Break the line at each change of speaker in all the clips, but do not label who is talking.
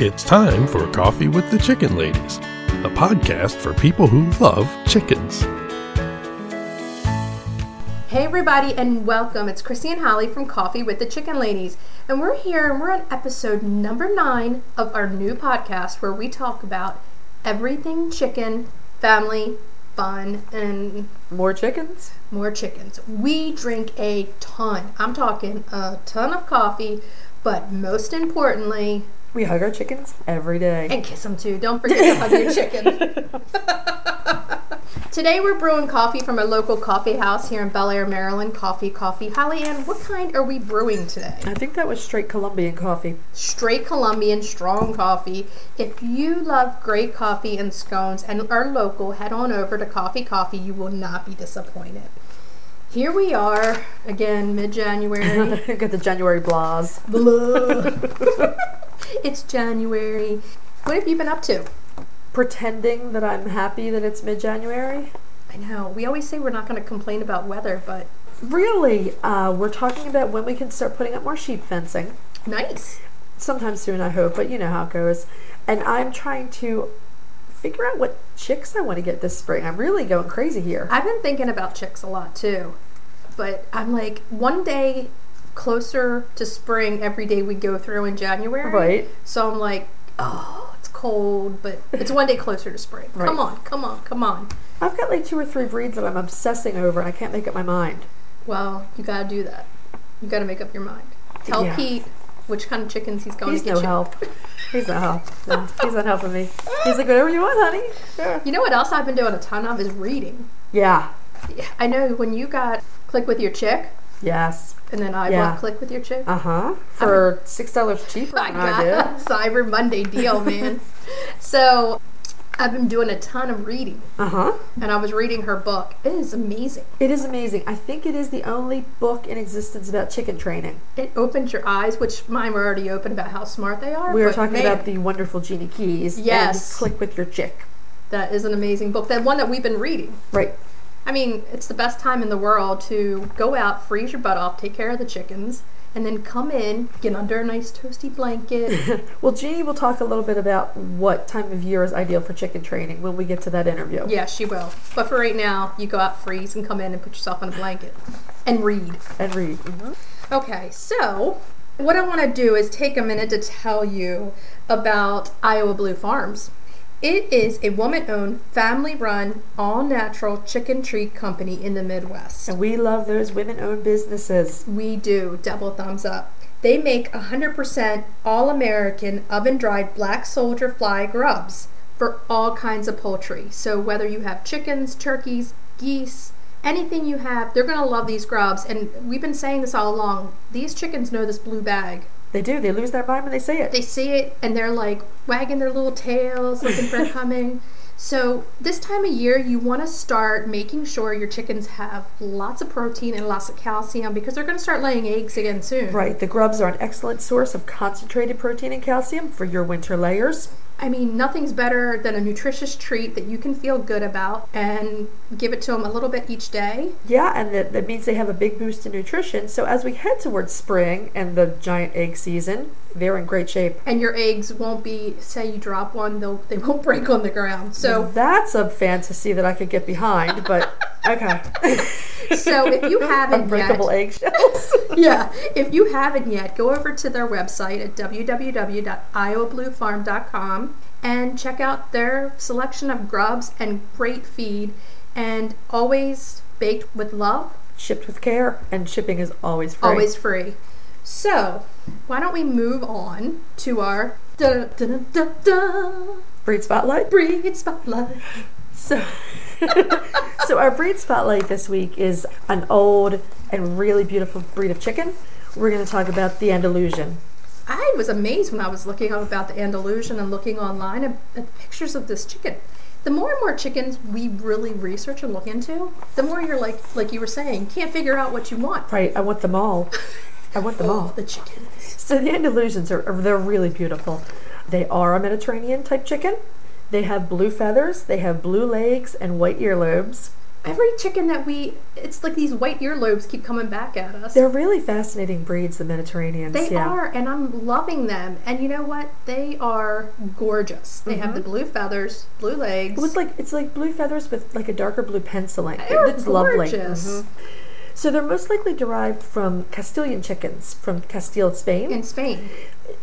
It's time for Coffee with the Chicken Ladies, a podcast for people who love chickens.
Hey, everybody, and welcome. It's Chrissy and Holly from Coffee with the Chicken Ladies, and we're here and we're on episode number nine of our new podcast where we talk about everything chicken, family, fun, and
More chickens?
more chickens. We drink a ton. I'm talking a ton of coffee, but most importantly,
We hug our chickens every day.
and kiss them too. Don't forget to hug your chicken. Today we're brewing coffee from a local coffee house here in Bel Air, Maryland. Coffee, coffee. Holly Ann, what kind are we brewing today?
I think that was straight Colombian coffee.
Straight Colombian strong coffee. If you love great coffee and scones and are local, head on over to Coffee Coffee. You will not be disappointed. Here we are again, mid-January.
Got the January blahs.
Blah. it's January. What have you been up to?
Pretending that I'm happy that it's mid January.
I know. We always say we're not going to complain about weather, but
Really, uh, we're talking about when we can start putting up more sheep fencing.
nice.
Sometime soon, I hope, but you know how it goes. And I'm trying to figure out what chicks I want to get this spring. I'm really going crazy here.
I've been thinking about chicks a lot too, but I'm like one day closer to spring every day we go through in January.
Right.
So I'm like, oh, it's cold, but it's one day closer to spring. Come
Right.
on, come on, come on.
I've got like two or three breeds that I'm obsessing over, and I can't make up my mind.
Well, you gotta do that. You gotta make up your mind. Tell
Yeah.
Pete which kind of chickens he's going
He's
to get
no
you.
help. He's no help. No, he's not helping me. He's like, whatever you want, honey. Sure.
You know what else I've been doing a ton of is reading.
Yeah.
I know when you got click with your chick,
Yes.
and then I
Yeah.
bought click with your chick.
Uh huh. For six dollars cheaper
I
than I
got
did.
a Cyber Monday deal, man. so I've been doing a ton of reading,
Uh huh.
and I was reading her book. It is amazing.
It is amazing. I think it is the only book in existence about chicken training.
It opens your eyes, which mine were already open about how smart they are.
We were
but
talking
man,
about the wonderful Genie Keys. and
Yes.
click with your chick.
that is an amazing book. That one that we've been reading.
Right.
I mean, it's the best time in the world to go out, freeze your butt off, take care of the chickens, and then come in, get under a nice toasty blanket.
Well, Jeannie will talk a little bit about what time of year is ideal for chicken training when we get to that interview.
yeah, she will. But for right now, you go out, freeze, and come in and put yourself on a blanket and read.
And read.
Mm-hmm. Okay, so what I want to do is take a minute to tell you about Iowa Blue Farms. It is a woman owned, family run, all natural chicken treat company in the Midwest.
And we love those women owned businesses.
We do double thumbs up. They make 100% all American oven dried black soldier fly grubs for all kinds of poultry. So, whether you have chickens, turkeys, geese, anything you have, they're going to love these grubs. And we've been saying this all along these chickens know this blue bag.
They do. They lose their mind when they see it.
They see it and they're like wagging their little tails, looking for it coming. So, this time of year, you want to start making sure your chickens have lots of protein and lots of calcium because they're going to start laying eggs again soon.
Right, the grubs are an excellent source of concentrated protein and calcium for your winter layers.
I mean, nothing's better than a nutritious treat that you can feel good about and give it to them a little bit each day.
Yeah, and that, that means they have a big boost in nutrition. So as we head towards spring and the giant egg season, they're in great shape.
And your eggs won't be, say, you drop one, they'll, they won't break on the ground. So,
That's a fantasy that I could get behind, but okay.
so if you haven't yet,
Unbreakable eggshells.
yeah, if you haven't yet, go over to their website at www.iowabluefarm.com and check out their selection of grubs and great feed, and always baked with love
Shipped with care, and shipping is always free.
always free. So, why don't we move on to our da da da da da
Breed Spotlight.
breed spotlight?
So, so our breed spotlight this week is an old and really beautiful breed of chicken. We're going to talk about the Andalusian.
I was amazed when I was looking up about the Andalusian and looking online at at the pictures of this chicken. The more and more chickens we really research and look into, the more you're like, like you were saying, can't figure out what you want.
Right, I want them all. I want them all.
Oh, the chickens.
So the Andalusians are are- they're really beautiful. They are a Mediterranean type chicken. They have blue feathers, they have blue legs and white earlobes.
Every chicken that we, it's like these white earlobes keep coming back at us.
They're really fascinating breeds, the Mediterraneans.
They
yeah.
are, and I'm loving them. And you know what? They are gorgeous. They
Mm-hmm.
have the blue feathers, blue legs.
It's like it's like blue feathers with like a darker blue penciling.
They're
it's lovely. Mm-hmm.
gorgeous.
So they're most likely derived from Castilian chickens from Castile, Spain.
In Spain.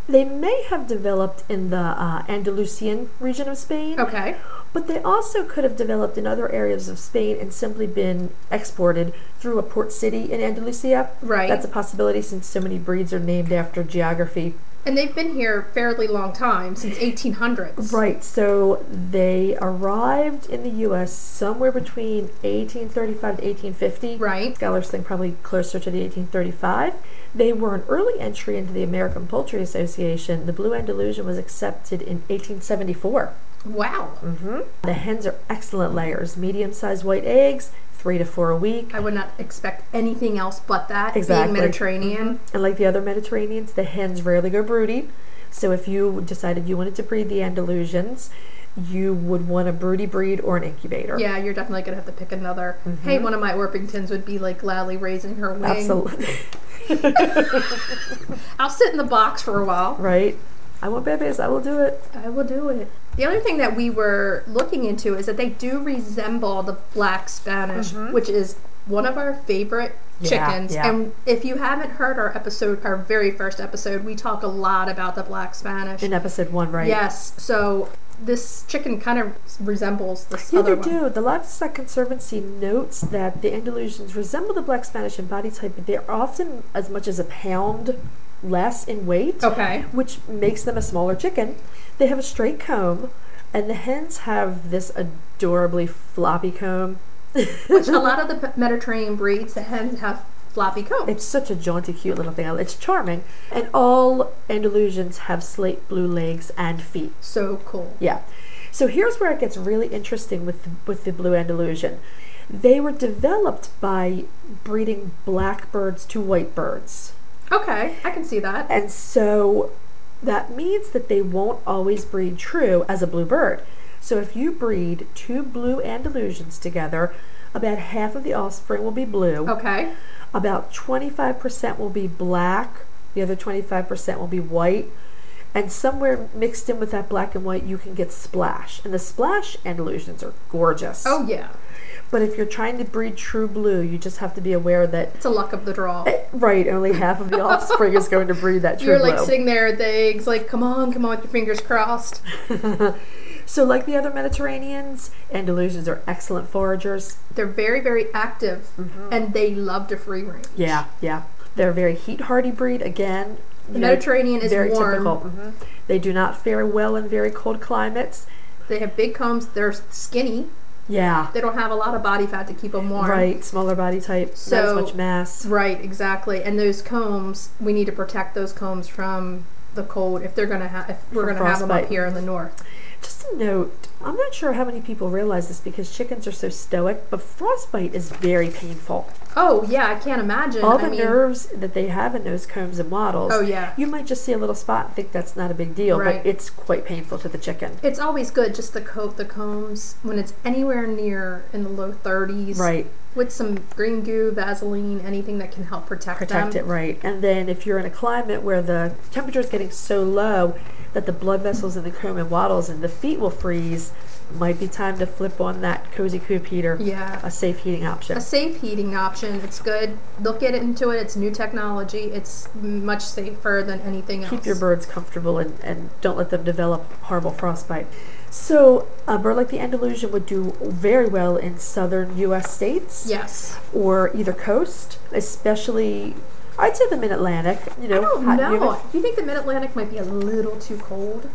they may have developed in the uh, Andalusian region of Spain,
Okay.
but they also could have developed in other areas of Spain and simply been exported through a port city in Andalusia.
Right.
That's a possibility since so many breeds are named after geography.
And they've been here fairly long time, since 1800s.
Right, so they arrived in the U.S. somewhere between 1835 to 1850.
Right.
Scholars think probably closer to the 1835. They were an early entry into the American Poultry Association. The Blue Andalusian was accepted in 1874.
Wow.
The hens are excellent layers, medium sized white eggs, three to four a week.
I would not expect anything else but that,
Exactly.
being Mediterranean.
And like the other Mediterraneans, the hens rarely go broody. So if you decided you wanted to breed the Andalusians, you would want a broody breed or an incubator.
Yeah, you're definitely going to have to pick another.
Mm-hmm.
Hey, one of my Orpingtons would be like loudly raising her wing.
Absolutely.
I'll sit in the box for a while.
right? I want babies, I will do it.
I will do it. The other thing that we were looking into is that they do resemble the black Spanish, which is one of our favorite
Mm-hmm. Yeah,
chickens.
yeah.
And if you haven't heard our episode, our very first episode, we talk a lot about the black Spanish.
In episode one, right?
Yes. So this chicken kind of resembles this
Yeah,
other
they
one.
do. The Livestock Conservancy notes that the Andalusians resemble the Black Spanish in body type, but they're often as much as a pound less in weight,
Okay.
which makes them a smaller chicken. They have a straight comb, and the hens have this adorably floppy comb.
Which a lot of the p- Mediterranean breeds, the hens have floppy coats.
It's such a jaunty, cute little thing. It's charming. And all Andalusians have slate blue legs and feet.
So cool.
Yeah. So here's where it gets really interesting with with the blue Andalusian. They were developed by breeding black birds to white birds.
Okay, I can see that.
And so that means that they won't always breed true as a blue bird. So if you breed two blue Andalusians together, about half of the offspring will be blue,
Okay.
about 25% will be black, the other 25% will be white, and somewhere mixed in with that black and white, you can get splash. And the splash Andalusians are gorgeous.
Oh yeah.
But if you're trying to breed true blue, you just have to be aware that, eh,
It's a luck of the draw.
right, only half of the offspring is going to breed that true
You're
blue.
like sitting there at the eggs, like, come on, come on, with your fingers crossed.
so, like the other Mediterraneans, Andalusians are excellent foragers.
They're very, very active
Mm-hmm.
and they love to free range.
Yeah, yeah. They're a very heat hardy breed. Again,
The Mediterranean is
very
warm. Mm-hmm.
typical. They do not fare well in very cold climates.
They have big combs, they're skinny,
Yeah,
they don't have a lot of body fat to keep them warm.
right. Smaller body type, not as
So-
much mass.
Right, exactly. And those combs, we need to protect those combs from the cold if they're gonna have if we're
From
gonna have them up
frostbite.
here in the north.
Just a note. I'm not sure how many people realize this because chickens are so stoic, but frostbite is very painful.
Oh yeah, I can't imagine.
All
I
the
mean,
nerves that they have in those combs and wattles.
Oh, yeah.
You might just see a little spot and think that's not a big deal,
Right.
but it's quite painful to the chicken.
it's always good just the coat the combs when it's anywhere near in the low 30s
Right.
with some green goo vaseline anything that can help protect,
Protect
them
it right. And then if you're in a climate where the temperature is getting so low that the blood vessels in the comb and wattles and the feet will freeze, might be time to flip on that cozy coop heater.
Yeah.
A safe heating option.
a safe heating option it's good they'll get into it it's new technology it's much safer than anything else
keep your birds comfortable and, and don't let them develop horrible frostbite. So, a bird like the Andalusian would do very well in southern U.S. states
yes
or either coast, especially, I'd say the mid Atlantic. You know,
i don't
hot,
know
humid-
do you think the mid-atlantic might be a little too cold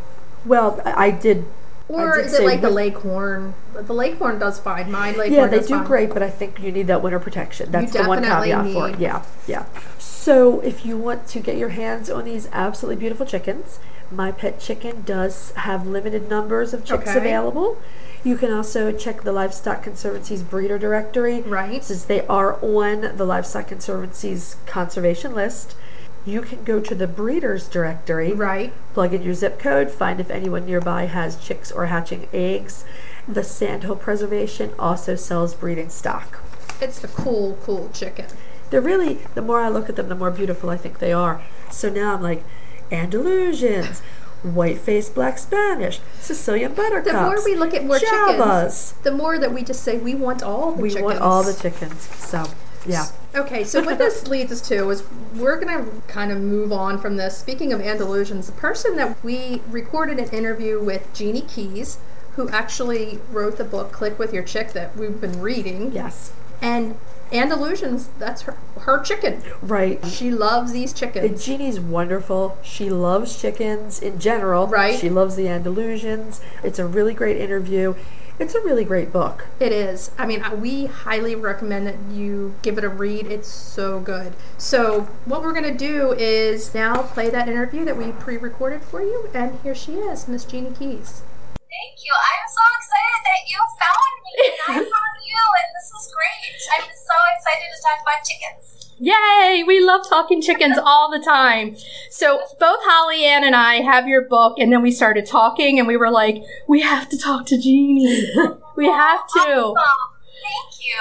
Well, I, I did.
or
did
is it
say
like the
with-
lake horn the lake horn does fine my lake
Yeah,
horn
they
does
do
fine.
great, but I think you need that winter protection. That's the one
definitely
caveat for it.
need-
Yeah, yeah. So, if you want to get your hands on these absolutely beautiful chickens, My Pet Chicken does have limited numbers of chicks
Okay.
available. You can also check the Livestock Conservancy's breeder directory.
Right.
Since they are on the Livestock Conservancy's conservation list, you can go to the breeder's directory
right
plug in your zip code, find if anyone nearby has chicks or hatching eggs, The Sandhill Preservation also sells breeding stock.
It's the cool, cool chicken.
They're really, the more I look at them, the more beautiful I think they are. So now I'm like, Andalusians, white faced black Spanish, Sicilian buttercups.
The more we look at more
Javas.
chickens, the more that we just say we want all the
We
chickens.
want all the chickens. So, yeah.
Okay, so what this leads us to is we're going to kind of move on from this. Speaking of Andalusians, the person that we recorded an interview with, Jeannie Keys, who actually wrote the book Click with Your Chick that we've been reading.
Yes.
And Andalusians, that's her, her chicken.
Right.
She loves these
And
chickens.
Jeannie's wonderful. She loves chickens in general.
Right.
She loves the Andalusians. It's a really great interview. It's a really great book.
It is. I mean, I- we highly recommend that you give it a read. It's so good. So, what we're going to do is now play that interview that we pre recorded for you. And here she is, Miss Jeannie Keys.
Thank you. I'm so excited that you found me and I found you, and this is great. I'm so excited to talk about chickens.
Yay! We love talking chickens all the time. So both Holly Ann and I have your book, and then we started talking, and we were like, we have to talk to Jeannie. we have to.
Oh, thank you.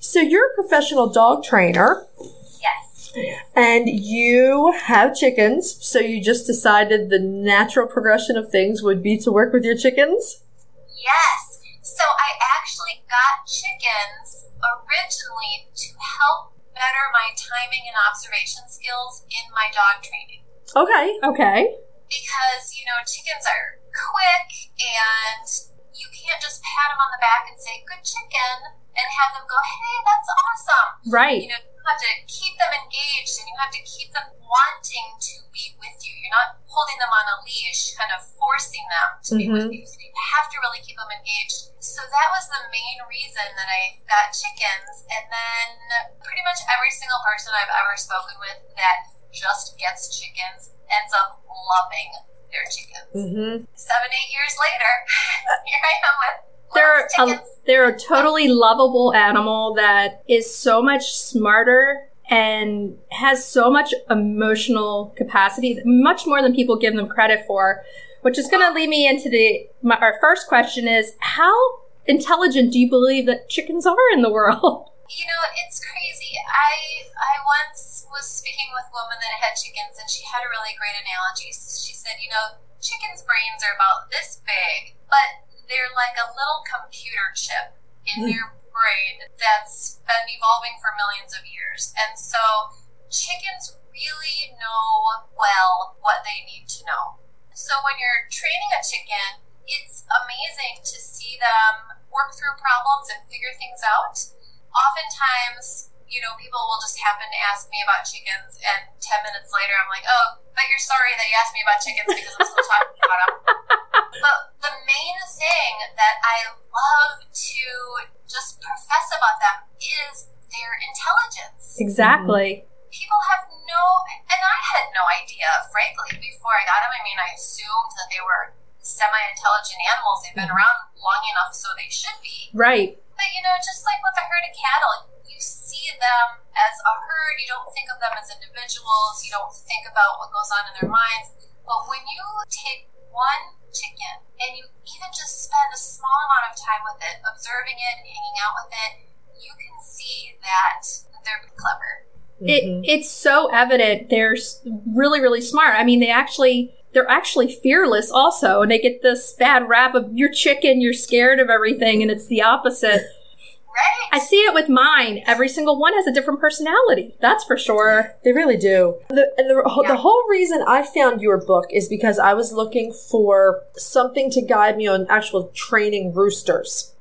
So you're a professional dog trainer
Yes.
and you have chickens. So you just decided the natural progression of things would be to work with your chickens?
Yes. So I actually got chickens originally to help better my timing and observation skills in my dog training.
Okay.
Okay.
because you know chickens are quick and you can't just pat them on the back and say good chicken and have them go hey that's awesome
Right.
you know you have to keep them engaged and you have to keep them wanting to be with you you're not holding them on a leash kind of forcing them to be with you so you have to really keep them engaged so that was the main reason that i got chickens and then pretty much every single person i've ever spoken with that just gets chickens ends up loving their chickens
Mm-hmm.
seven eight years later here i am with
They're
lots of
a,
chickens.
they're a totally lovable animal that is so much smarter and has so much emotional capacity, much more than people give them credit for. Which is going to lead me into the my, our first question is how intelligent do you believe that chickens are in the world?
You know, it's crazy. I I once was speaking with a woman that had chickens, and she had a really great analogy. So she said, you know, chickens' brains are about this big, but they're like a little computer chip in their brain that's been evolving for millions of years, and so chickens really know well what they need to know. So when you're training a chicken, it's amazing to see them work through problems and figure things out oftentimes, you know, people will just happen to ask me about chickens, and 10 minutes later, I'm like, oh, but you're sorry that you asked me about chickens because I'm still talking about them. But the main thing that I love to just profess about them is their intelligence.
Exactly.
People have no, and I had no idea, frankly, before I got them. I mean, I assumed that they were semi intelligent animals. They've been around long enough, so they should be.
Right.
But you know, just like with a herd of cattle, you see them as a herd. You don't think of them as individuals. You don't think about what goes on in their minds. But when you take one chicken and you even just spend a small amount of time with it, observing it, hanging out with it, you can see that they're clever.
It, it's so evident they're s- really really smart. I mean, they actually they're actually fearless also, and they get this bad rap of you're chicken, you're scared of everything, and it's the opposite.
Right?
I see it with mine. Every single one has a different personality. That's for sure.
They really do. The, and the,
Yeah.
the whole reason I found your book is because I was looking for something to guide me on actual training roosters.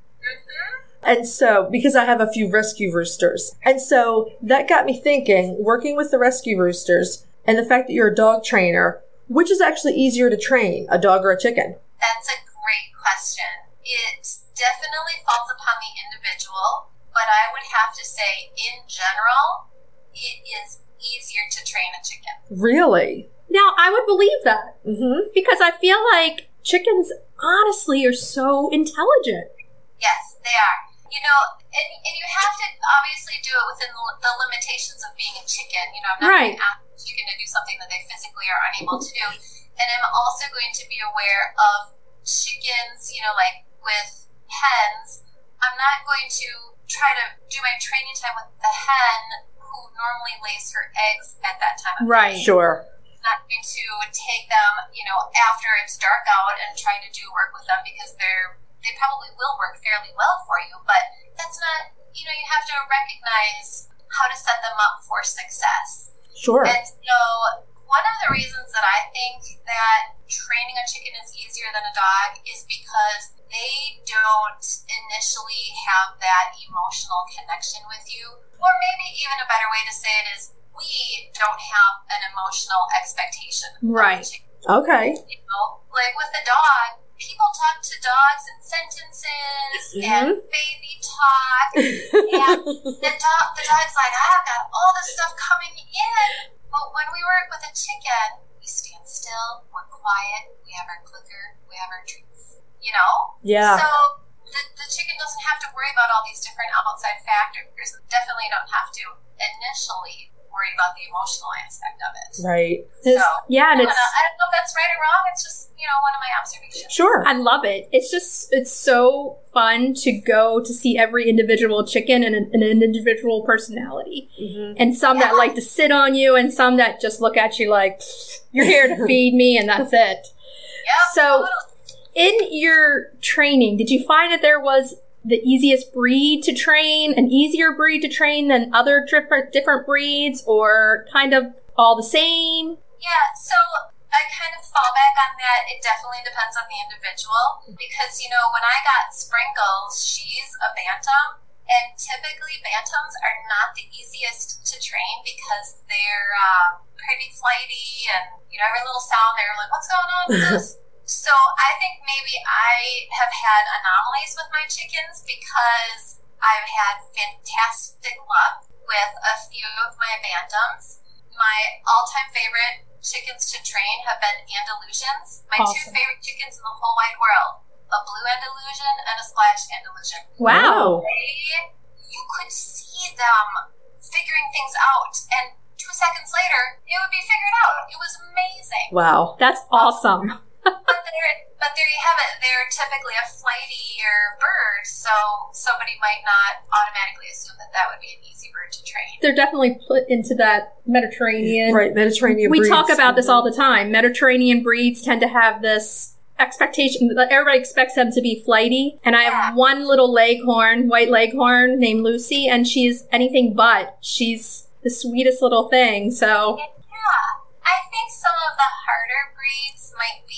And so, because I have a few rescue roosters. And so that got me thinking, working with the rescue roosters and the fact that you're a dog trainer, which is actually easier to train, a dog or a chicken?
That's a great question. It definitely falls upon the individual, but I would have to say, in general, it is easier to train a chicken.
Really?
Now, I would believe that
Mm-hmm.
because I feel like chickens honestly are so intelligent.
Yes, they are. You know, and, and you have to obviously do it within the the limitations of being a chicken. You know, I'm not
Right.
going to ask a chicken to do something that they physically are unable to do. And I'm also going to be aware of chickens, you know, like with hens, I'm not going to try to do my training time with the hen who normally lays her eggs at that time of
Right.
Sure.
not going to take them, you know, after it's dark out and try to do work with them because they're they probably will work fairly well for you, but that's not you know, you have to recognize how to set them up for success.
Sure.
And so one of the reasons that I think that training a chicken is easier than a dog is because they don't initially have that emotional connection with you. Or maybe even a better way to say it is we don't have an emotional expectation. of
Right.
chickens
Okay.
you know, like with a dog, people talk to dogs in sentences and baby talk. and the dog, the dog's like, I've got all this stuff coming in. But when we work with a chicken, we stand still, we're quiet, we have our clicker, we have our treats. You know?
Yeah.
So the, the chicken doesn't have to worry about all these different outside factors. Definitely don't have to initially worry about the emotional aspect of it.
right.
It's-
So-
yeah, and
I don't
it's
know- I don't know if that's right or wrong. It's just you know one of my observations.
Sure.
I love it. It's just it's so fun to go to see every individual chicken and an, and an individual personality,
Mhm.
and some that
Yeah.
like to sit on you, and some that just look at you like you're here to feed me, and that's it.
Yeah.
So- In your training, did you find that there was the easiest breed to train, an easier breed to train than other different different breeds, or kind of all the same?
yeah. So I kind of fall back on that. It definitely depends on the individual because you know when I got Sprinkles, she's a bantam, and typically bantams are not the easiest to train because they're uh, pretty flighty and you know every little sound they're like, what's going on with this? So I think maybe I have had anomalies with my chickens because I've had fantastic luck with a few of my bantams. My all-time favorite chickens to train have been Andalusians. My two
Awesome.
favorite chickens in the whole wide world: a blue Andalusian and a splash Andalusian.
Wow.
They, you could see them figuring things out, and two seconds later, it would be figured out. It was amazing.
Wow.
That's awesome.
But there, but there you have it. They're typically a flightier bird, so somebody might not automatically assume that that would be an easy bird to train.
They're definitely put into that Mediterranean
Right. Mediterranean.
we
breeds.
talk about this all the time. Mediterranean breeds tend to have this expectation that everybody expects them to be flighty. And I have one little leghorn, white leghorn named Lucy, and she's anything but. She's the sweetest little thing. So
Yeah, I think some of the harder breeds might be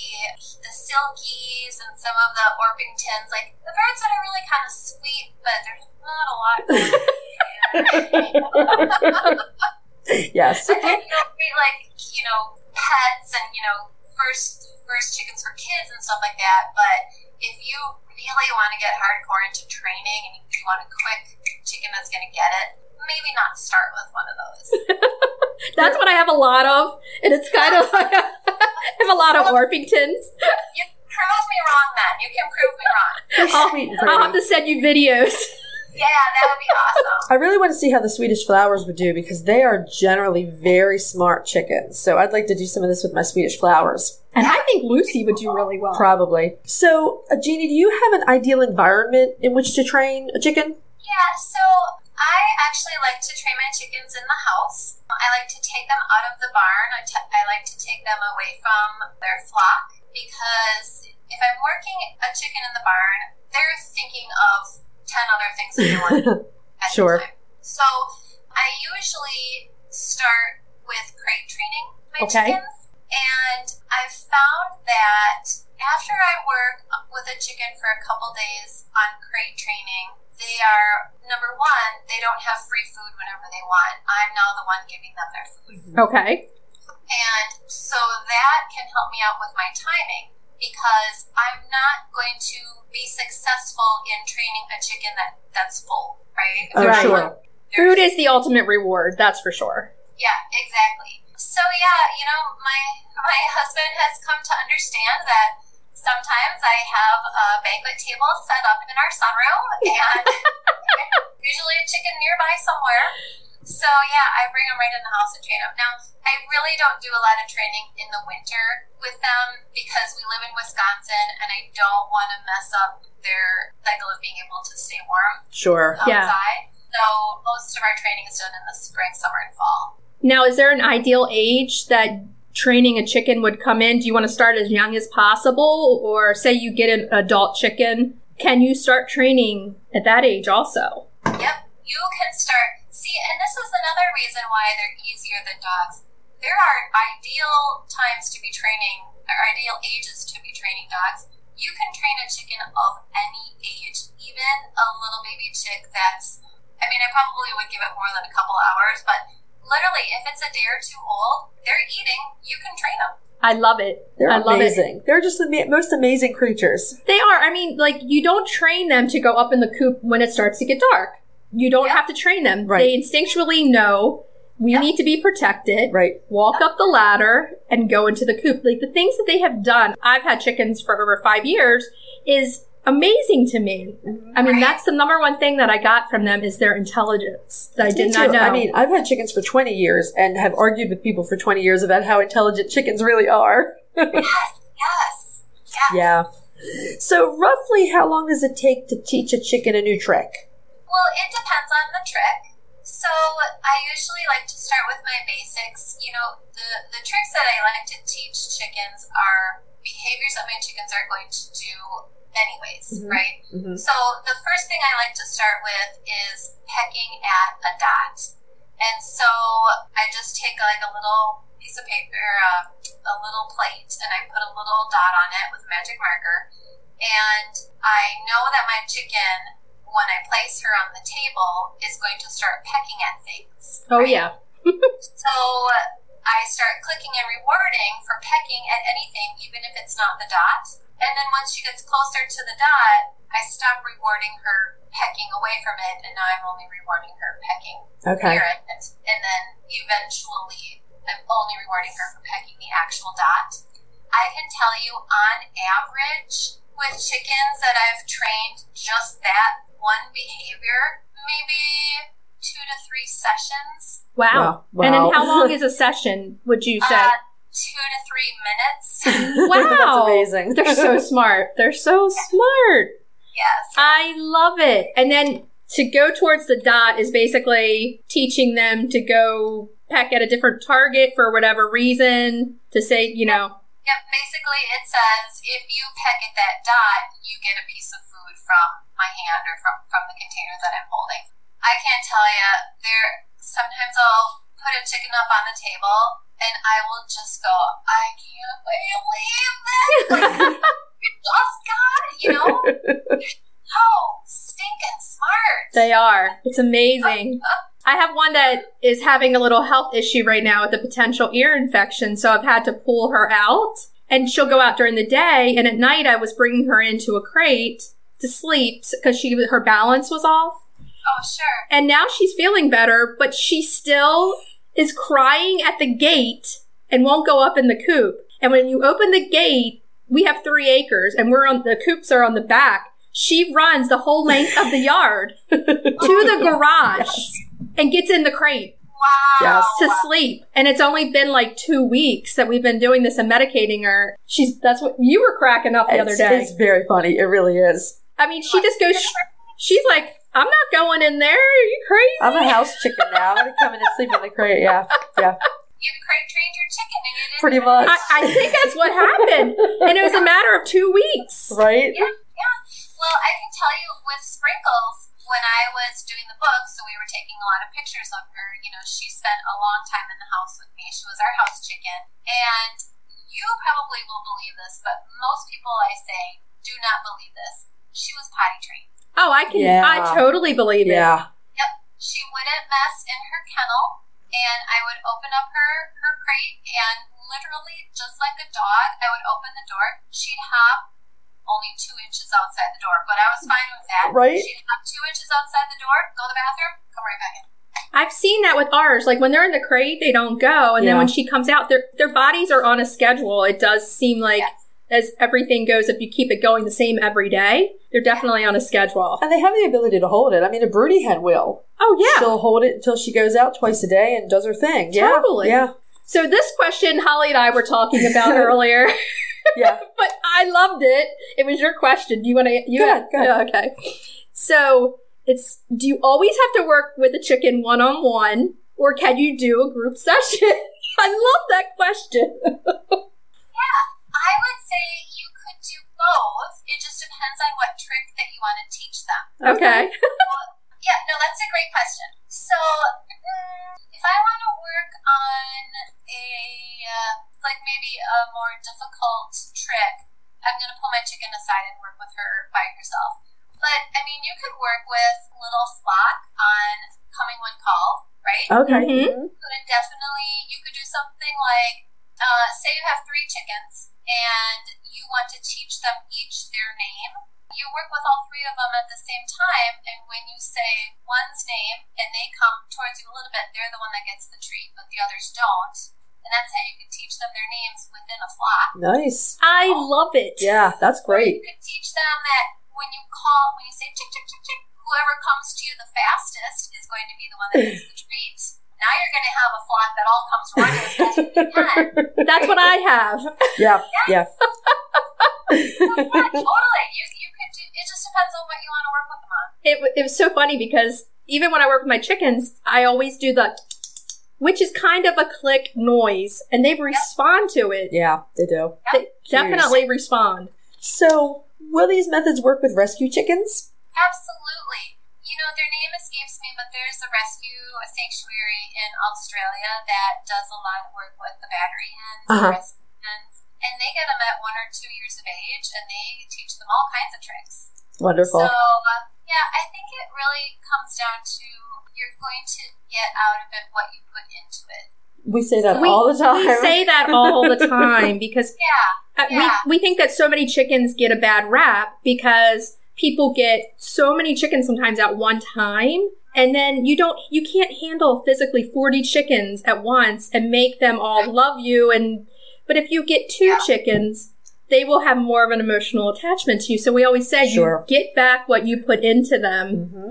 the silkies and some of the Orpingtons, like the birds that are really kind of sweet, but there's not a lot. going on.
yes.
And then, you know, we like you know pets and you know first first chickens for kids and stuff like that. But if you really want to get hardcore into training and you want a quick chicken that's going to get it, maybe not start with one of those.
that's what I have a lot of. And it's kind of like I have a lot of Orpingtons.
you prove me wrong, then you can prove me wrong.
They're
I'll-
sweet and
I'll have
pretty.
to send you videos.
Yeah, that would be awesome.
I really want to see how the Swedish flowers would do because they are generally very smart chickens. So I'd like to do some of this with my Swedish flowers,
And I think Lucy would do really well.
probably. So, uh, Jeannie, do you have an ideal environment in which to train a chicken?
Yeah, so I actually like to train my chickens in the house. I like to take them out of the barn. I, t- I like to take them away from their flock because if I'm working a chicken in the barn, they're thinking of 10 other things that they want to do at
Sure.
the time. So I usually start with crate training my
Okay.
chickens. And I've found that after I work with a chicken for a couple days on crate training, they are number one, they don't have free food whenever they want. I'm now the one giving them their food.
Okay.
And so that can help me out with my timing because I'm not going to be successful in training a chicken that, that's full, right? If
Oh,
they're-
sure.
they're-
Uh, Food is the ultimate reward, that's for sure.
yeah, exactly. So yeah, you know, my my husband has come to understand that sometimes I have a banquet table set up in our sunroom and usually a chicken nearby somewhere. So yeah, I bring them right in the house and train them. Now, I really don't do a lot of training in the winter with them because we live in Wisconsin and I don't want to mess up their cycle of being able to stay warm
Sure.
Yeah.
outside. So most of our training is done in the spring, summer, and fall.
Now, is there an ideal age that training a chicken would come in? Do you want to start as young as possible? Or say you get an adult chicken, can you start training at that age also?
Yep, you can start. See, and this is another reason why they're easier than dogs. There are ideal times to be training, or ideal ages to be training dogs. You can train a chicken of any age, even a little baby chick that's, I mean, I probably would give it more than a couple hours, but literally, if it's a day or two old, they're eating, you can train them.
I love it.
They're
I love
amazing. They're just the ma- most amazing creatures.
it. They are. I mean, like, you don't train them to go up in the coop when it starts to get dark. You don't
Yeah.
have to train them.
Right.
They instinctually know we
Yeah.
need to be protected.
Right.
walk up the ladder and go into the coop. Like the things that they have done, I've had chickens for over five years, is amazing to me. I mean, that's the number one thing that I got from them is their intelligence that I did
Me
not
too.
know.
I mean, I've had chickens for 20 years and have argued with people for 20 years about how intelligent chickens really are.
Yes. Yes.
Yeah. So, roughly how long does it take to teach a chicken a new trick?
Well, it depends on the trick. So I usually like to start with my basics. You know, the, the tricks that I like to teach chickens are behaviors that my chickens are going to do anyways,
Mhm.
right?
Mhm.
Mm-hmm.
Mm-hmm.
So the first thing I like to start with is pecking at a dot. And so I just take like a little piece of paper, uh, a little plate, and I put a little dot on it with a magic marker. And I know that my chicken, when I place her on the table, is going to start pecking at things.
oh
right?
yeah.
So I start clicking and rewarding for pecking at anything, even if it's not the dot. And then once she gets closer to the dot, I stop rewarding her pecking away from it, and now I'm only rewarding her pecking
Okay.
near it. And then eventually, I'm only rewarding her for pecking the actual dot. I can tell you on average, with chickens that I've trained just that one behavior, maybe two to three sessions.
Wow.
Wow.
And then
Wow.
how long is a session? Would you say?
Uh, two to three minutes.
wow.
That's amazing.
They're so smart. They're so smart.
yes.
I love it. And then to go towards the dot is basically teaching them to go peck at a different target for whatever reason to say, you know,
Yep, basically it says if you peck at that dot, you get a piece of food from my hand or from, from the container that I'm holding. I can't tell you, there, sometimes I'll put a chicken up on the table and I will just go, I can't believe this! Like, you just got it, you know? How stinking smart!
They are. It's amazing. I have one that is having a little health issue right now with a potential ear infection, so I've had to pull her out. And she'll go out during the day, and at night I was bringing her into a crate to sleep because she her balance was off.
oh, sure.
And now she's feeling better, but she still is crying at the gate and won't go up in the coop. And when you open the gate, we have three acres, and we're on the coops are on the back. She runs the whole length of the yard to the garage and gets in the crate
Wow.
Yes.
to sleep. And it's only been like two weeks that we've been doing this and medicating her. She's that's what you were cracking up the other
It's-
day.
It's very funny. It really is.
I mean, she just goes. She's like, "I'm not going in there. Are you crazy?"
I'm a house chicken now. I'm going to come in and sleep in the crate. Yeah. Yeah.
You crate trained your chicken and you didn't
Pretty
even-
much.
I, I think that's what happened. And it was a matter of two weeks.
right?
Well, I can tell you with Sprinkles, when I was doing the book, so we were taking a lot of pictures of her. You know, she spent a long time in the house with me. She was our house chicken. And you probably will believe this, but most people I say do not believe this. She was potty trained.
Oh, I can,
Yeah.
I totally believe it.
Yeah.
She wouldn't mess in her kennel, and I would open up her, her crate, and literally, just like a dog, I would open the door. She'd hop only two inches outside the door, but I was fine with that.
Right?
She'd hop two inches outside the door, go to the bathroom, come right back in.
I've seen that with ours. Like when they're in the crate, they don't go, and then
Yeah.
when she comes out, their their bodies are on a schedule. It does seem like as everything goes, if you keep it going the same every day, they're definitely on a schedule.
And they have the ability to hold it. I mean, a broody hen will.
Oh, yeah.
She'll hold it until she goes out twice a day and does her thing. Yeah.
Totally.
Yeah.
So this question Holly and I were talking about earlier,
Yeah.
but I loved it. It was your question. Do you want to? You
Go ahead, go ahead.
Yeah, okay. So it's do you always have to work with a chicken one on one, or can you do a group session? I love that question.
I would say you could do both. It just depends on what trick that you want to teach them.
Okay.
Yeah, no, that's a great question. So, mm, if I want to work on a, uh, like maybe a more difficult trick, I'm going to pull my chicken aside and work with her by herself. But, I mean, you could work with Little Flock on Coming One Call, right?
Okay.
Mhm.
could definitely you could do something like uh, say you have three chickens and you want to teach them each their name you work with all three of them at the same time and when you say one's name and they come towards you a little bit they're the one that gets the treat but the others don't and that's how you can teach them their names within a flock
Nice.
I love it.
Oh. Yeah, that's great.
you could teach them that when you call when you say chick chick chick chick whoever comes to you the fastest is going to be the one that gets the treat now you're going to have a flock that all comes running as fast as they can
That's what I have.
Yeah. Yeah.
yeah, totally. You, you could do. It just depends on what you want to work with them on.
It, w- it was so funny because even when I work with my chickens, I always do the, which is kind of a click noise, and they respond to it.
Yeah, they do.
They definitely respond.
So, will these methods work with rescue chickens?
Absolutely. You know, their name escapes me, but there's a rescue sanctuary in Australia that does a lot of work with the battery hens, the
Uh-huh.
rescue hens, and they get them at one or two years of age, and they teach them all kinds of tricks.
Wonderful.
So, uh, yeah, I think it really comes down to you're going to get out of it what you put into it.
we say that
We-
all the time.
We say that all the time because
Yeah,
uh,
Yeah.
we, we think that so many chickens get a bad rap because people get so many chickens sometimes at one time and then you don't you can't handle physically 40 chickens at once and make them all love you and but if you get two
Yeah.
chickens they will have more of an emotional attachment to you so we always say
Sure.
you get back what you put into
Mm-hmm.
them
Mhm.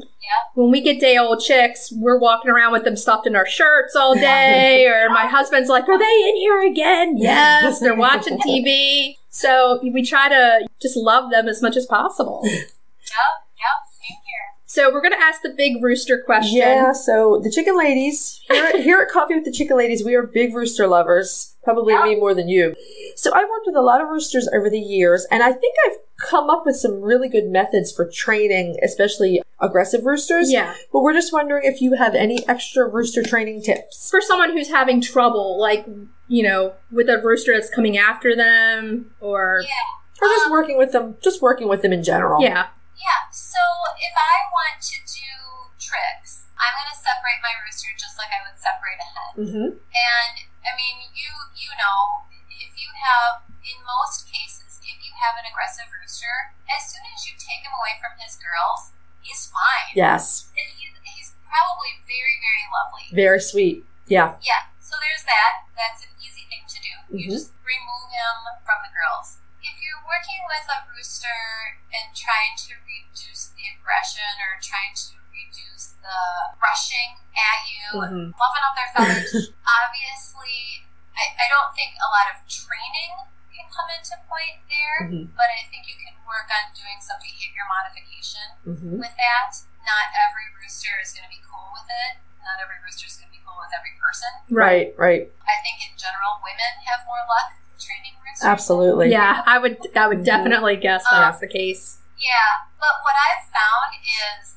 when we get day old chicks, we're walking around with them stuffed in our shirts all day, or my husband's like, Are they in here again? Yes, they're watching TV. So we try to just love them as much as possible.
yep, yep, same here.
So we're going to ask the big rooster question.
Yeah, so the chicken ladies here, at- here at Coffee with the Chicken Ladies, we are big rooster lovers. Probably me more than you. So I've worked with a lot of roosters over the years, and I think I've come up with some really good methods for training, especially aggressive roosters.
Yeah.
But we're just wondering if you have any extra rooster training tips.
For someone who's having trouble, like, you know, with a rooster that's coming after them, or
Yeah.
Or just working with them, just working with them in general.
Um, yeah,
Yeah, so if I want to do tricks, I'm going to separate my rooster just like I would separate a hen.
Mm-hmm.
And I mean, you you know, if you have in most cases, if you have an aggressive rooster, as soon as you take him away from his girls, he's fine.
Yes.
And he's, he's probably very very lovely.
Very sweet. Yeah.
Yeah, so there's that. That's an easy thing to do. You
Mhm.
just remove him from the girls. If you're working with a rooster and trying to reduce the aggression or trying to reduce the rushing at you,
Mhm.
loving up their feathers, obviously, I, I don't think a lot of training can come into play there,
Mhm.
but I think you can work on doing some behavior modification
Mm-hmm.
with that. Not every rooster is going to be cool with it. Not every rooster is going to be cool with every person.
Right, right.
I think in general, women have more luck training roosters.
Absolutely.
yeah, I would, I would
Mhm.
definitely guess that
Uh,
that's the case.
Yeah, but what I've found is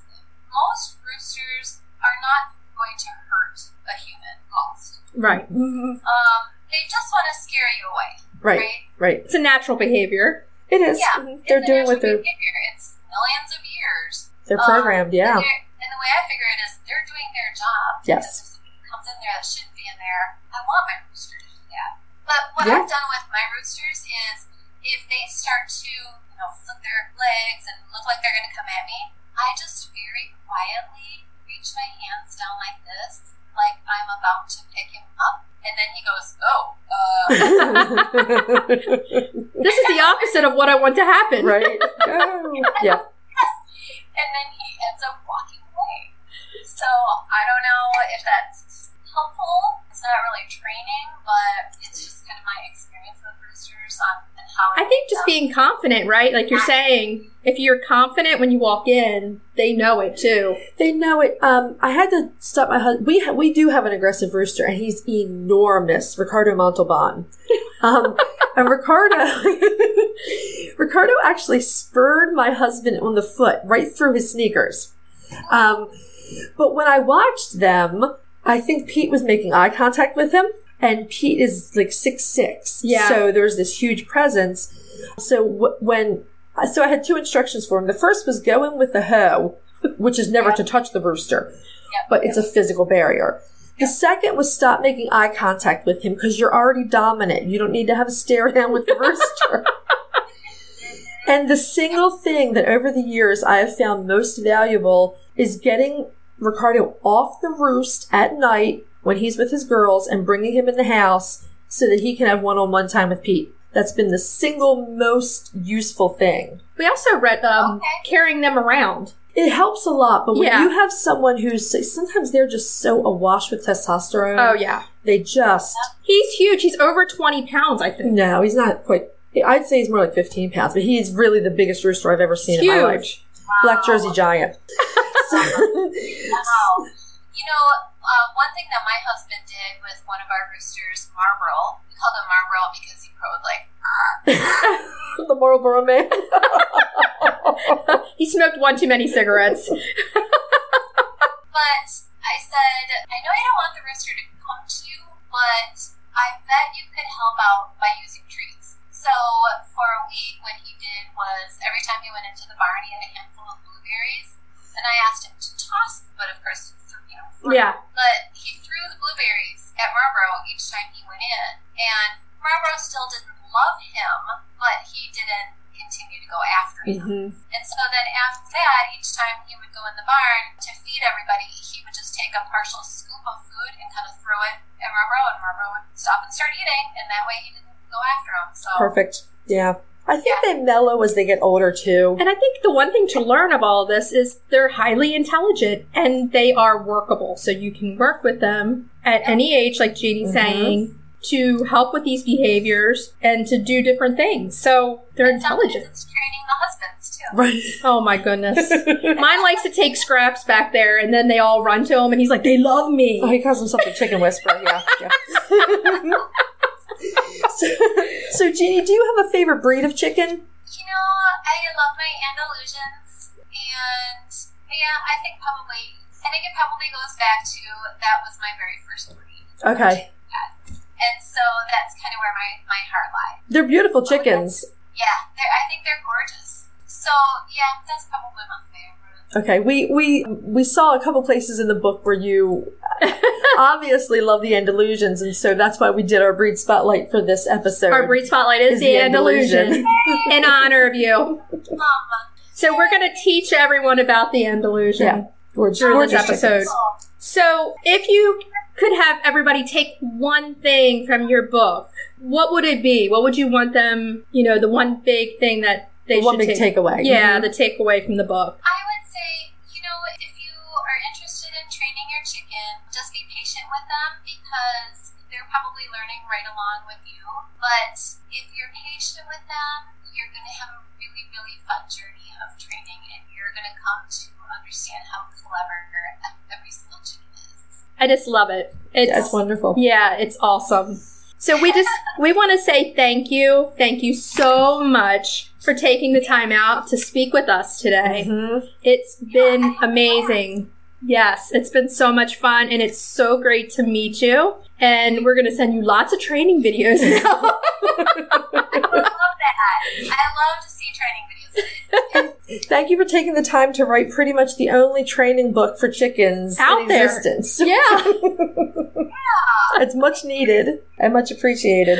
most roosters are not going to hurt a human. Most.
Right.
Mm-hmm.
Um, they just want to scare you away,
Right,
right?
right.
It's a natural behavior.
It is.
Mm-hmm.
Mhm.
Yeah.
They're
It's a
doing what they're
natural behavior. It's millions of years.
they're
Um,
programmed. Yeah.
And, they're- and the way I figure it is, they're doing their job.
Yes.
Because if something comes in there that shouldn't be in there, I want my rooster to do that. But what
Yeah.
I've done with my roosters is, if they start to, you know, flip their legs and look like they're going to come at me, I just very quietly reach my hands down like this, like I'm about to pick him up, and then he goes, "Oh, uh, Um,
This is the opposite of what I want to happen.
right? Oh, yeah.
and then he ends up walking away. So I don't know if that's helpful. It's not really training, but it's just kind of my experience with roosters on and how
I think just being confident, right? Like you're saying, if you're confident when you walk in, they know it too.
They know it. Um, I had to stop my husband. We ha- we do have an aggressive rooster, and he's enormous, Ricardo Montalban. Um, and Ricardo, Ricardo actually spurred my husband on the foot right through his sneakers. Um, but when I watched them, I think Pete was making eye contact with him, and Pete is like six six.
Yeah.
So there's this huge presence. So w- when so I had two instructions for him. The first was go in with the hoe, which is never to touch the rooster, but it's a physical barrier. The second was stop making eye contact with him because you're already dominant. You don't need to have a stare down with the rooster. and the single thing that over the years I have found most valuable is getting Ricardo off the roost at night when he's with his girls and bringing him in the house so that he can have one on one time with Pete. That's been the single most useful thing.
We also read um,
Okay.
carrying them around.
It helps a lot, but when
Yeah.
you have someone who's sometimes they're just so awash with testosterone.
Oh yeah,
They just
he's huge. He's over twenty pounds, I think.
no, he's not quite. I'd say he's more like 15 pounds, but he is really the biggest rooster I've ever seen in my life.
Huge.
Black Jersey Giant. So-
Wow. You know, uh, one thing that my husband did with one of our roosters, Marlboro, we called him Marlboro because he crowed like,
the Marlboro Man.
He smoked one too many cigarettes.
but I said, I know you don't want the rooster to come to you, but I bet you could help out by using treats. So for a week, what he did was every time he went into the barn, he had a handful of blueberries, and I asked him to toss, but of course, you know,
yeah,
but he threw the blueberries at Marlboro each time he went in. And Marlboro still didn't love him, but he didn't continue to go after
Mm-hmm.
him. And so then after that, each time he would go in the barn to feed everybody, he would just take a partial scoop of food and kind of throw it at Marlboro, and Marlboro would stop and start eating, and that way he didn't go after him. So
Perfect. Yeah. I think they mellow as they get older too.
and I think the one thing to learn of all this is they're highly intelligent and they are workable. So you can work with them at any age, like Jeannie's
Mhm.
saying, to help with these behaviors and to do different things. So they're
and sometimes
intelligent.
It's training the husbands too.
Right.
Oh my goodness.
Oh,
Mine likes to take scraps back there and then they all run to him and he's like, they love me.
Oh, he calls himself the chicken whisperer. Yeah. yeah. so, so, Jeannie, do you have a favorite breed of chicken?
You know, I love my Andalusians, and yeah, I think probably, I think it probably goes back to that was my very first breed.
Okay.
And so that's kind of where my, my heart lies.
They're beautiful chickens.
Yeah, they're, I think they're gorgeous. So yeah, that's probably my favorite.
Okay, we we we saw a couple places in the book where you obviously love the Andalusians, and so that's why we did our breed spotlight for this episode.
Our breed spotlight is,
Is
the
the
Andalusian
Andalusian.
in honor of you.
Um,
So we're going to teach everyone about the Andalusian
Yeah. Gorgeous,
during this
gorgeous chickens.
episode. So if you could have everybody take one thing from your book, what would it be? What would you want them, you know, the one big thing that they
One
should
big
take?
takeaway.
Yeah, the takeaway from the book.
I would say, you know, if you are interested in training your chicken, just be patient with them because they're probably learning right along with you. But if you're patient with them, you're going to have a really, really fun journey of training and you're going to come to understand how clever every single chicken is.
I just love it. It's
Mm-hmm. That's wonderful.
Yeah, it's awesome. So we just we want to say thank you. Thank you so much for taking the time out to speak with us today.
Mm-hmm.
Mhm.
It's been amazing. Yes, it's been so much fun and it's so great to meet you. And we're going to send you lots of training videos now.
I love that. I love to see training videos.
Thank you for taking the time to write pretty much the only training book for chickens
Out
in
there.
existence.
yeah.
It's much needed and much appreciated.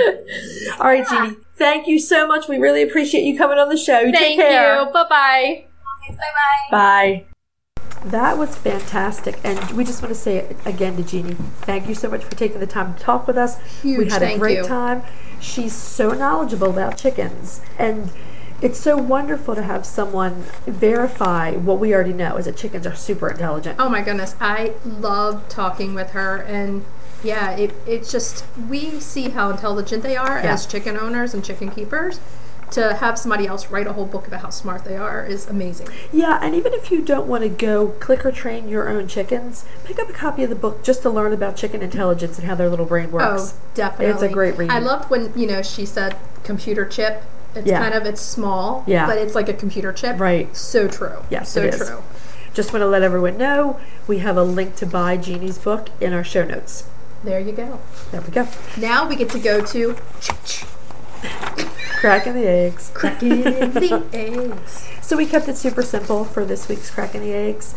All right, Jeannie, thank you so much. We really appreciate you coming on the show. Take
Thank
care.
you. Bye-bye.
Bye bye.
Bye. That was fantastic. And we just want to say again to Jeannie, thank you so much for taking the time to talk with us. we
Huge
had a
thank
great
you.
time. She's so knowledgeable about chickens. And it's so wonderful to have someone verify what we already know is that chickens are super intelligent.
Oh my goodness, I love talking with her and yeah, it, it's just we see how intelligent they are
Yeah.
as chicken owners and chicken keepers. To have somebody else write a whole book about how smart they are is amazing.
Yeah, and even if you don't want to go click or train your own chickens, pick up a copy of the book just to learn about chicken intelligence and how their little brain works.
Oh, definitely.
great read.
I loved when, you know, she said computer chip. It's
Yeah.
kind of it's small,
Yeah.
but it's like a computer chip.
Right.
So true.
Yes,
so
it is.
true.
Just want to let everyone know we have a link to buy Jeannie's book in our show notes.
There you go.
There we go.
Now we get to go to
Cracking the eggs.
cracking the eggs.
So we kept it super simple for this week's Cracking the Eggs.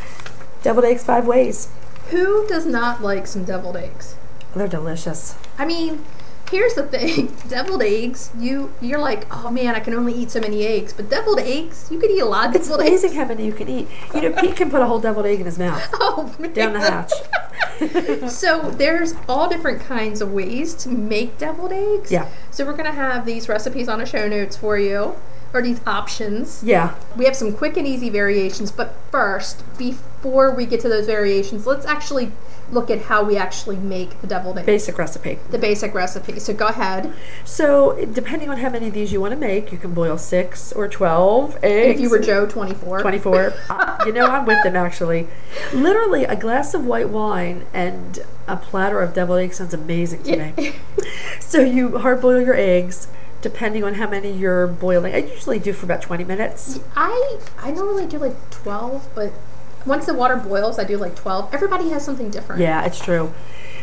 Deviled eggs five ways.
Who does not like some deviled eggs?
They're delicious.
I mean, here's the thing: deviled eggs. You you're like, oh man, I can only eat so many eggs. But deviled eggs, you could eat a lot of
It's
deviled eggs.
amazing how many you can eat. You know, Pete can put a whole deviled egg in his mouth
Oh, man.
down the hatch.
So there's all different kinds of ways to make deviled eggs.
Yeah.
So we're gonna have these recipes on our show notes for you, or these options.
Yeah.
We have some quick and easy variations, but first, before we get to those variations, let's actually look at how we actually make the deviled egg.
Basic recipe.
the basic recipe. So go ahead.
So, depending on how many of these you want to make, you can boil six or 12 eggs.
If you were Joe, 24.
24. Uh, you know, I'm with them actually. Literally, a glass of white wine and a platter of deviled eggs sounds amazing to me. so, you hard boil your eggs depending on how many you're boiling. I usually do for about 20 minutes.
I I normally do like 12, but once the water boils, I do like 12. Everybody has something different.
Yeah, it's true.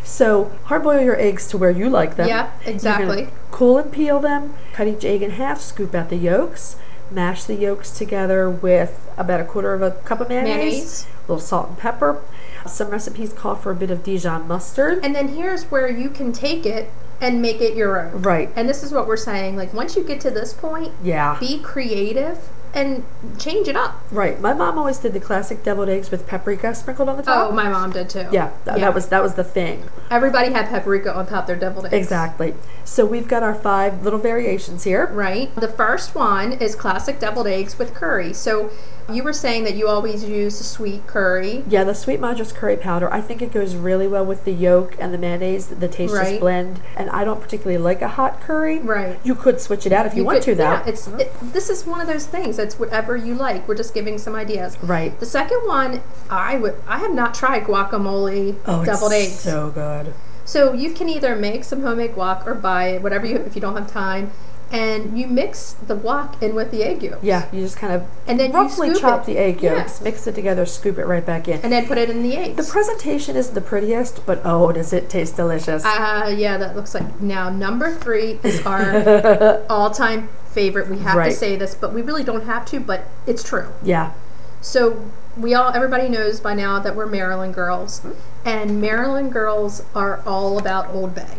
So, hard boil your eggs to where you like them.
Yeah,
You can
exactly.
Cool and peel them, cut each egg in half, scoop out the yolks. Mash the yolks together with about a quarter of a cup of
Mayonnaise.
a little salt and pepper. Some recipes call for a bit of Dijon mustard.
And then here's where you can take it and make it your own.
Right.
And this is what we're saying. Like, once you get to this point,
Yeah.
be creative and change it up.
Right. My mom always did the classic deviled eggs with paprika sprinkled on the top.
Oh, my mom did too.
Yeah, th- that was that was the thing.
Everybody had paprika on top of their deviled eggs.
Exactly. So we've got our five little variations here.
Right? The first one is classic deviled eggs with curry. So you were saying that you always use sweet curry.
Yeah, the sweet madras curry powder. I think it goes really well with the yolk and the mayonnaise, the taste
Right.
just blend. And I don't particularly like a hot curry.
Right.
You could switch it out if you, want
could-
to, though.
Yeah, it's it, this is one of those things that's whatever you like. We're just giving some ideas.
Right.
The second one, I would I have not tried guacamole
oh, it's
deviled eggs. So.
So good.
you can either make some homemade guac or buy it, whatever you if you don't have time. And you mix the guac in with the egg yolk.
Yeah, you just kind of
And then you
roughly
scoop
chop
it.
the egg
Yeah.
yolks, mix it together, scoop it right back in.
And then put it in the
the
eggs.
presentation isn't the prettiest, but oh, does it taste delicious?
uh, yeah, that looks like now number three is our all-time favorite. We have
Right.
to say this, but we really don't have to, but it's true.
yeah.
So we all everybody knows by now that we're Maryland girls, and Maryland girls are all about Old Bay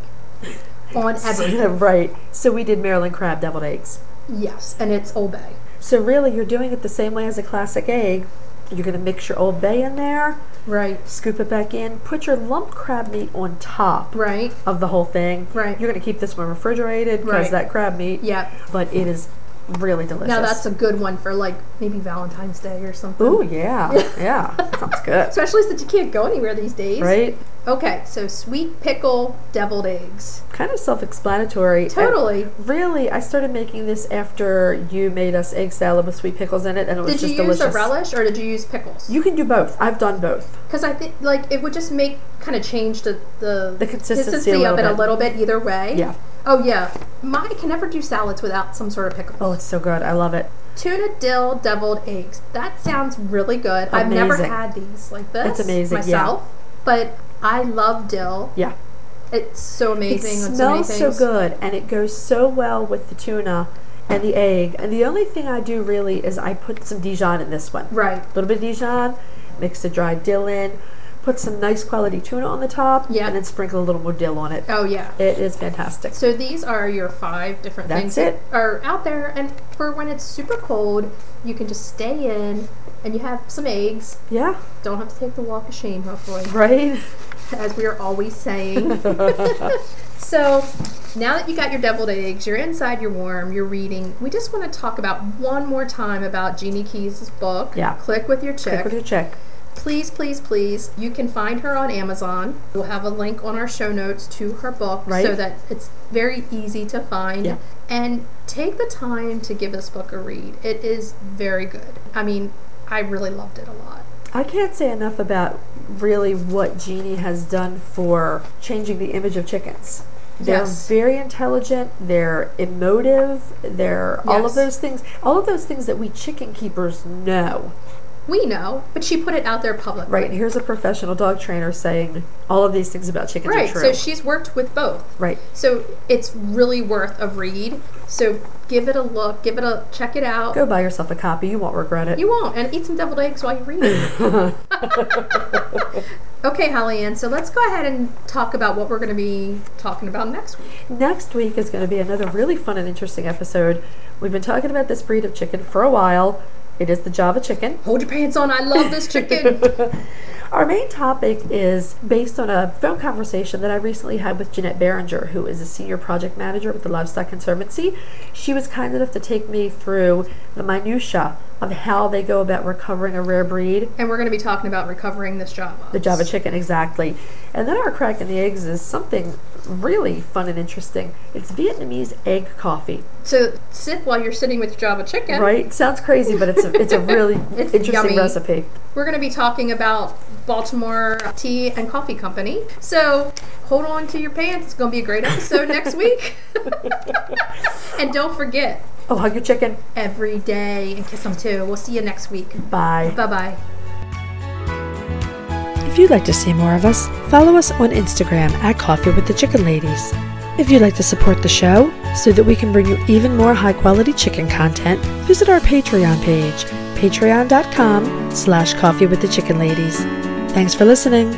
on everything.
right. So we did Maryland crab deviled eggs.
Yes, and it's Old Bay.
So really, you're doing it the same way as a classic egg. You're going to mix your Old Bay in there,
Right.
scoop it back in, put your lump crab meat on top
Right.
of the whole thing.
Right.
You're going to keep this one refrigerated because
Right.
that crab meat.
Yep.
But it is really delicious.
Now that's a good one for like maybe Valentine's Day or something.
Ooh, yeah. yeah. Sounds good.
Especially since you can't go anywhere these days.
Right?
Okay, so sweet pickle deviled eggs.
Kind of self explanatory.
Totally.
Really, I started making this after you made us egg salad with sweet pickles in it, and it was
Did you
just
use
delicious.
a relish or did you use pickles?
You can do both. I've done both.
Because I think like it would just make kind of change the the,
The consistency a
of
little
it a
bit.
little bit either way.
Yeah.
Oh yeah. My I can never do salads without some sort of pickle.
Oh, it's so good. I love it.
Tuna dill deviled eggs. That sounds really good. I've never
Amazing.
had these like this.
It's amazing, yeah.
myself. But I love dill.
Yeah.
It's so
It
amazing. on
smells
so, many
so
things.
good, and it goes so well with the tuna and the egg. And the only thing I do really is I put some Dijon in this one.
Right.
A little bit of Dijon, mix the dried dill in, put some nice quality tuna on the top,
Yeah.
and then sprinkle a little more dill on it.
Oh yeah.
It is fantastic.
So these are your five different
That's
things
it.
that are out there, and for when it's super cold, you can just stay in and you have some eggs.
Yeah,
Don't have to take the walk of shame, hopefully,
right?
as we are always saying. So now that you got your deviled eggs, you're inside, you're warm, you're reading. We just want to talk about one more time about Jeannie Keys' book.
Yeah.
Click with your chick.
Check with your check.
please, please, please. You can find her on Amazon. We'll have a link on our show notes to her book
Right.
so that it's very easy to find.
Yeah.
And take the time to give this book a read. It is very good. I mean, I really loved it a lot.
I can't say enough about really what Jeannie has done for changing the image of chickens. They're
Yes.
very intelligent, they're emotive, they're all
Yes.
of those things, all of those things that we chicken keepers know.
We know, but she put it out there publicly.
Right, here's a professional dog trainer saying all of these things about chickens
Right.
are true.
So she's worked with both.
right.
So it's really worth a read. So give it a look, give it a check it out.
Go buy yourself a copy, you won't regret it.
You won't, and eat some deviled eggs while you read it. okay, Holly Ann. So let's go ahead and talk about what we're going to be talking about next week.
Next week is going to be another really fun and interesting episode. We've been talking about this breed of chicken for a while. It is the Java chicken.
Hold your pants on. I love this chicken.
Our main topic is based on a phone conversation that I recently had with Jeanette Behringer, who is a senior project manager with the Livestock Conservancy. She was kind enough to take me through the minutia of how they go about recovering a rare breed,
and we're going to be talking about recovering this Java.
the Java chicken exactly. And then our crack in the eggs is something really fun and interesting. It's Vietnamese egg coffee,
So sip while you're sitting with your Java chicken.
right? Sounds crazy, but it's a, it's a really
It's
interesting
yummy.
recipe.
We're going to be talking about Baltimore Tea and Coffee Company. So hold on to your pants. It's going to be a great episode next week. and don't forget,
Oh, hug your chicken.
every day and kiss them too. We'll see you next week.
Bye.
Bye bye.
If you'd like to see more of us, follow us on Instagram at Coffee with the Chicken Ladies. If you'd like to support the show so that we can bring you even more high quality chicken content, visit our Patreon page, patreon.com slash coffee with the chicken ladies. Thanks for listening.